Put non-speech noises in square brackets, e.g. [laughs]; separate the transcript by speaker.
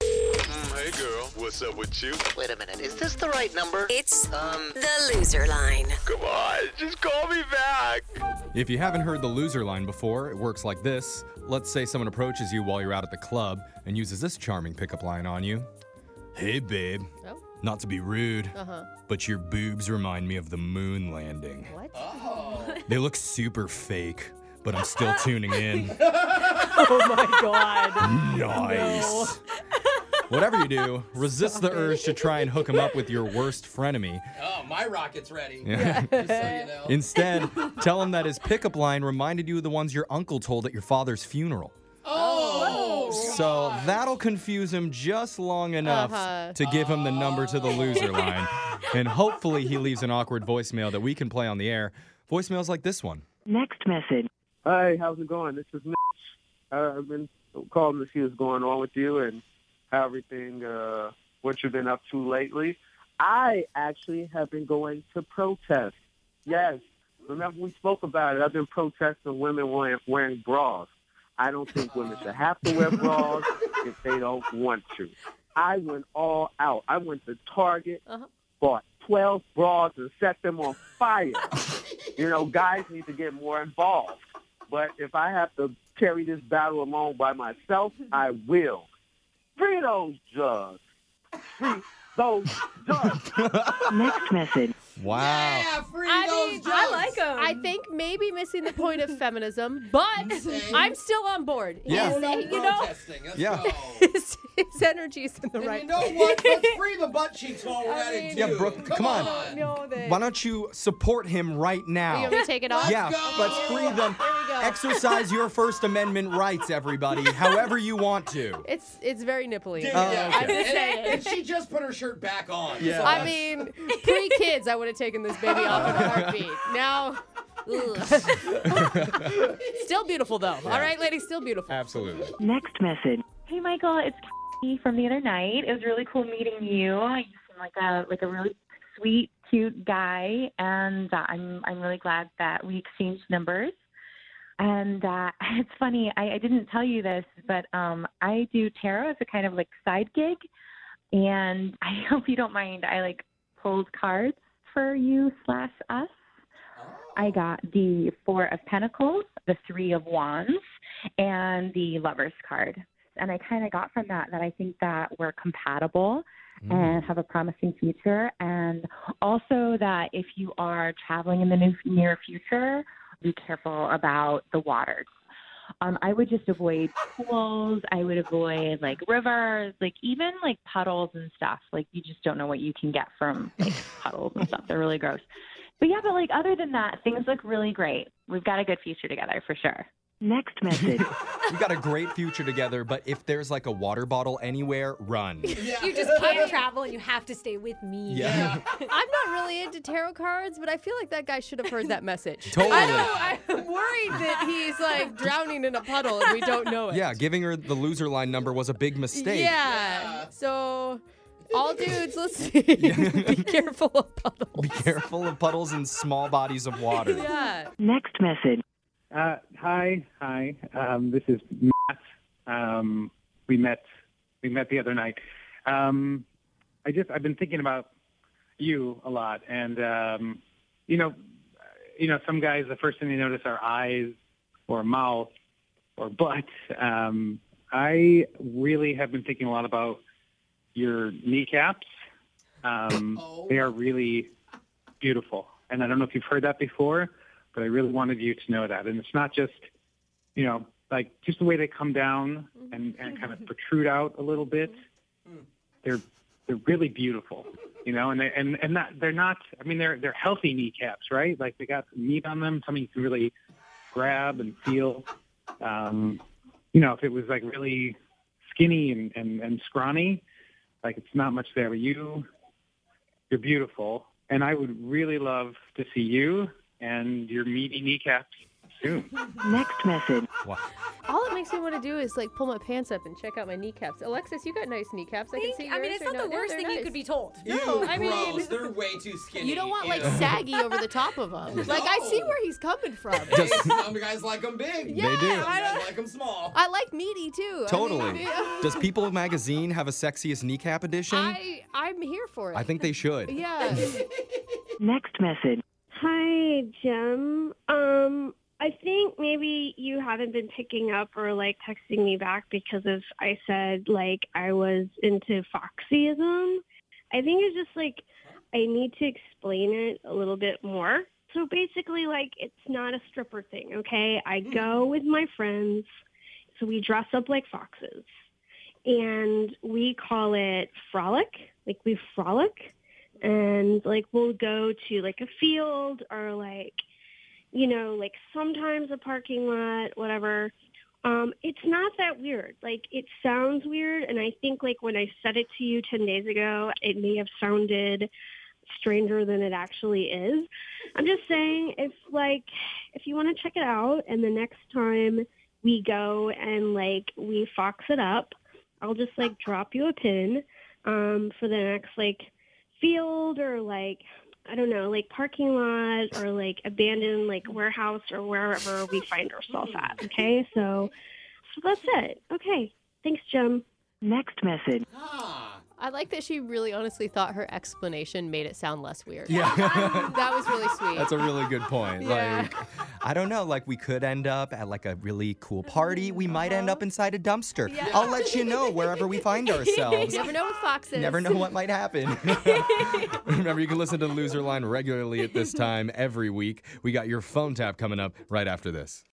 Speaker 1: Mm, Hey girl, what's up with you?
Speaker 2: Wait a minute, is this the right number?
Speaker 3: It's
Speaker 2: Um,
Speaker 3: the loser line.
Speaker 1: Come on, just call me back.
Speaker 4: If you haven't heard the loser line before, it works like this. Let's say someone approaches you while you're out at the club and uses this charming pickup line on you. Hey, babe.
Speaker 5: Oh.
Speaker 4: Not to be rude,
Speaker 5: Uh huh.
Speaker 4: but your boobs remind me of the moon landing.
Speaker 5: What?
Speaker 6: Oh.
Speaker 5: [laughs]
Speaker 4: They look super fake, but I'm still tuning in.
Speaker 6: [laughs] Oh my god.
Speaker 4: Nice. Whatever
Speaker 6: [laughs]
Speaker 4: you do, resist the urge to try and hook him up with your worst frenemy.
Speaker 7: Oh, my rocket's
Speaker 5: [laughs]
Speaker 7: ready. Just so you know. [laughs]
Speaker 4: Instead, tell him that his pickup line reminded you of the ones your uncle told at your father's funeral.
Speaker 7: oh,
Speaker 4: So that'll confuse him just long enough
Speaker 5: Uh-huh.
Speaker 4: to give him the number to the
Speaker 7: [laughs]
Speaker 4: loser line. And hopefully he leaves an awkward voicemail that we can play on the air. Voicemails like this one.
Speaker 8: Next message.
Speaker 9: Hi, how's it going? This is Mitch. Uh, I've been calling to see what's going on with you and how everything, uh, what you've been up to lately. I actually have been going to protest. Yes. Remember we spoke about it. I've been protesting women wearing, wearing bras. I don't think women should have to wear bras if they don't want to. I went all out. I went to Target,
Speaker 5: Uh-huh.
Speaker 9: bought 12 bras and set them on fire. you know, guys need to get more involved. But if I have to carry this battle alone by myself, I will. Free those drugs. Free those drugs.
Speaker 8: Next message.
Speaker 4: Wow.
Speaker 7: yeah, free
Speaker 5: I
Speaker 7: those
Speaker 5: mean,
Speaker 7: drugs.
Speaker 6: I like him.
Speaker 5: I think maybe missing the
Speaker 6: [laughs]
Speaker 5: point of feminism, but I'm still on board.
Speaker 4: Yeah.
Speaker 5: His,
Speaker 7: No
Speaker 5: you know,
Speaker 7: protesting. Let's
Speaker 4: Yeah.
Speaker 7: go.
Speaker 5: [laughs] his, his energy's in the
Speaker 7: And
Speaker 5: right.
Speaker 7: you know what? Let's free the butt cheeks while we're
Speaker 6: I
Speaker 7: at it,
Speaker 6: mean-
Speaker 7: too.
Speaker 4: Yeah, Brooke, come on.
Speaker 6: No, that.
Speaker 4: Why don't you support him right
Speaker 5: You
Speaker 4: now?
Speaker 5: want me to take it off?
Speaker 4: Yeah,
Speaker 7: go.
Speaker 4: let's free them. Exercise your First Amendment rights, everybody, however you want to.
Speaker 5: It's it's very nipply. Uh,
Speaker 7: Dude,
Speaker 4: Oh,
Speaker 7: yeah.
Speaker 4: okay.
Speaker 5: I'm just
Speaker 7: and,
Speaker 5: saying.
Speaker 7: and she just put her shirt back on.
Speaker 4: Yeah.
Speaker 7: So
Speaker 5: I mean, pre kids, I would have taken this baby off in a
Speaker 7: [laughs]
Speaker 5: heartbeat. Now, ugh. [laughs] still beautiful though. All right, ladies, still beautiful.
Speaker 4: Absolutely.
Speaker 8: Next message.
Speaker 10: Hey, Michael, it's Kathy from the other night. It was really cool meeting you. You seem like a like a really sweet, cute guy, and uh, I'm I'm really glad that we exchanged numbers. And uh, [laughs] it's funny, I, I didn't tell you this, but um, I do tarot as a kind of like side gig, and [laughs] I hope you don't mind. I like pulled cards for you slash us. I got the Four of Pentacles, the Three of Wands, and the Lover's card. And I kind of got from that that I think that we're compatible
Speaker 4: Mm-hmm.
Speaker 7: Mm.
Speaker 10: and have a promising future. And also that if you are traveling in the new, near future, be careful about the waters. Um, I would just avoid pools. I would avoid like rivers, like even like puddles and stuff. Like you just don't know what you can get from like puddles and stuff. They're really gross. But yeah, but like other than that, things look really great. We've got a good future together for sure.
Speaker 8: Next message.
Speaker 4: We got a great future together, but if there's like a water bottle anywhere,
Speaker 5: [laughs]
Speaker 4: run.
Speaker 7: yeah.
Speaker 6: You just can't travel and you have to stay with me.
Speaker 4: Yeah.
Speaker 5: I'm not really into tarot cards, but I feel like that guy should have heard that
Speaker 4: [laughs]
Speaker 5: message.
Speaker 4: Totally.
Speaker 5: I know. I'm worried that he's like drowning in a puddle and we don't know it.
Speaker 4: Yeah, giving her the loser line number was a big mistake.
Speaker 5: Yeah. So, all
Speaker 4: [laughs]
Speaker 5: dudes listening, [laughs] be careful of puddles.
Speaker 4: Be careful of puddles and small bodies of water.
Speaker 5: Yeah.
Speaker 8: Next message.
Speaker 9: Uh, hi, hi. Um, this is Matt. Um, we met we met the other night. Um, I just I've been thinking about you a lot, and um, you know, you know, some guys the first thing they notice are eyes or mouth or butt. Um, I really have been thinking a lot about your kneecaps. Um,
Speaker 7: Oh.
Speaker 9: They are really beautiful, and I don't know if you've heard that before, but I really wanted you to know that. And it's not just you know, like just the way they come down and, and kind of protrude out a little bit. They're they're really beautiful, you know, and they, and and not, they're not. I mean, they're they're healthy kneecaps, right? Like they got some meat on them, something you can really grab and feel. Um, you know, if it was like really skinny and, and, and scrawny, like it's not much there. But you, you're beautiful, and I would really love to see you and your meaty kneecaps soon.
Speaker 8: Next message.
Speaker 4: Wow.
Speaker 5: All it makes me want to do is like pull my pants up and check out my kneecaps. Alexis, you got nice kneecaps. I can see yours.
Speaker 6: I mean, it's
Speaker 5: are
Speaker 6: not the
Speaker 5: no- they're-
Speaker 6: worst
Speaker 5: they're
Speaker 6: thing you
Speaker 5: nice.
Speaker 6: could be told.
Speaker 7: No,
Speaker 5: I mean- [laughs]
Speaker 7: gross. They're way too skinny.
Speaker 5: You don't want like
Speaker 7: Ew.
Speaker 5: saggy over the top of them. Like I see
Speaker 7: No.
Speaker 5: where he's coming from.
Speaker 4: Does-
Speaker 7: [laughs] Some guys like them big.
Speaker 5: Yeah,
Speaker 4: do.
Speaker 7: Some
Speaker 5: I
Speaker 7: guys
Speaker 5: don't-
Speaker 7: like them small.
Speaker 5: I like meaty too. I,
Speaker 4: Totally.
Speaker 5: mean, [laughs] I-
Speaker 4: Does People magazine have a sexiest kneecap edition?
Speaker 5: I I'm here for it.
Speaker 4: I think they should.
Speaker 5: Yeah.
Speaker 11: Next message.
Speaker 10: Hi, Jim. Um, I think maybe you haven't been picking up or like texting me back because of I said like I was into foxyism. I think it's just like I need to explain it a little bit more. So basically, like it's not a stripper thing, okay? I go with my friends, so we dress up like foxes, and we call it frolic. Like we frolic and like we'll go to like a field or like you know like sometimes a parking lot whatever um it's not that weird like it sounds weird and i think like when i said it to you 10 days ago it may have sounded stranger than it actually is i'm just saying if like if you want to check it out and the next time we go and like we fox it up i'll just like drop you a pin um for the next like field or like I don't know, like parking lot or like abandoned like warehouse or wherever we find ourselves at. Okay, so so that's it. Okay, thanks, Jim.
Speaker 11: Next message.
Speaker 7: Ah.
Speaker 5: I like that she really honestly thought her explanation made it sound less weird.
Speaker 4: Yeah.
Speaker 5: That was really sweet.
Speaker 4: That's a really good point.
Speaker 5: Yeah.
Speaker 4: Like, I don't know. Like, we could end up at like a really cool party. We might end up inside a dumpster. I'll let you know wherever we
Speaker 5: [laughs]
Speaker 4: find ourselves.
Speaker 5: you never know with foxes.
Speaker 4: Never know what might happen. [laughs] Remember, you can listen to Loser Line regularly at this time every week. We got your phone tap coming up right after this.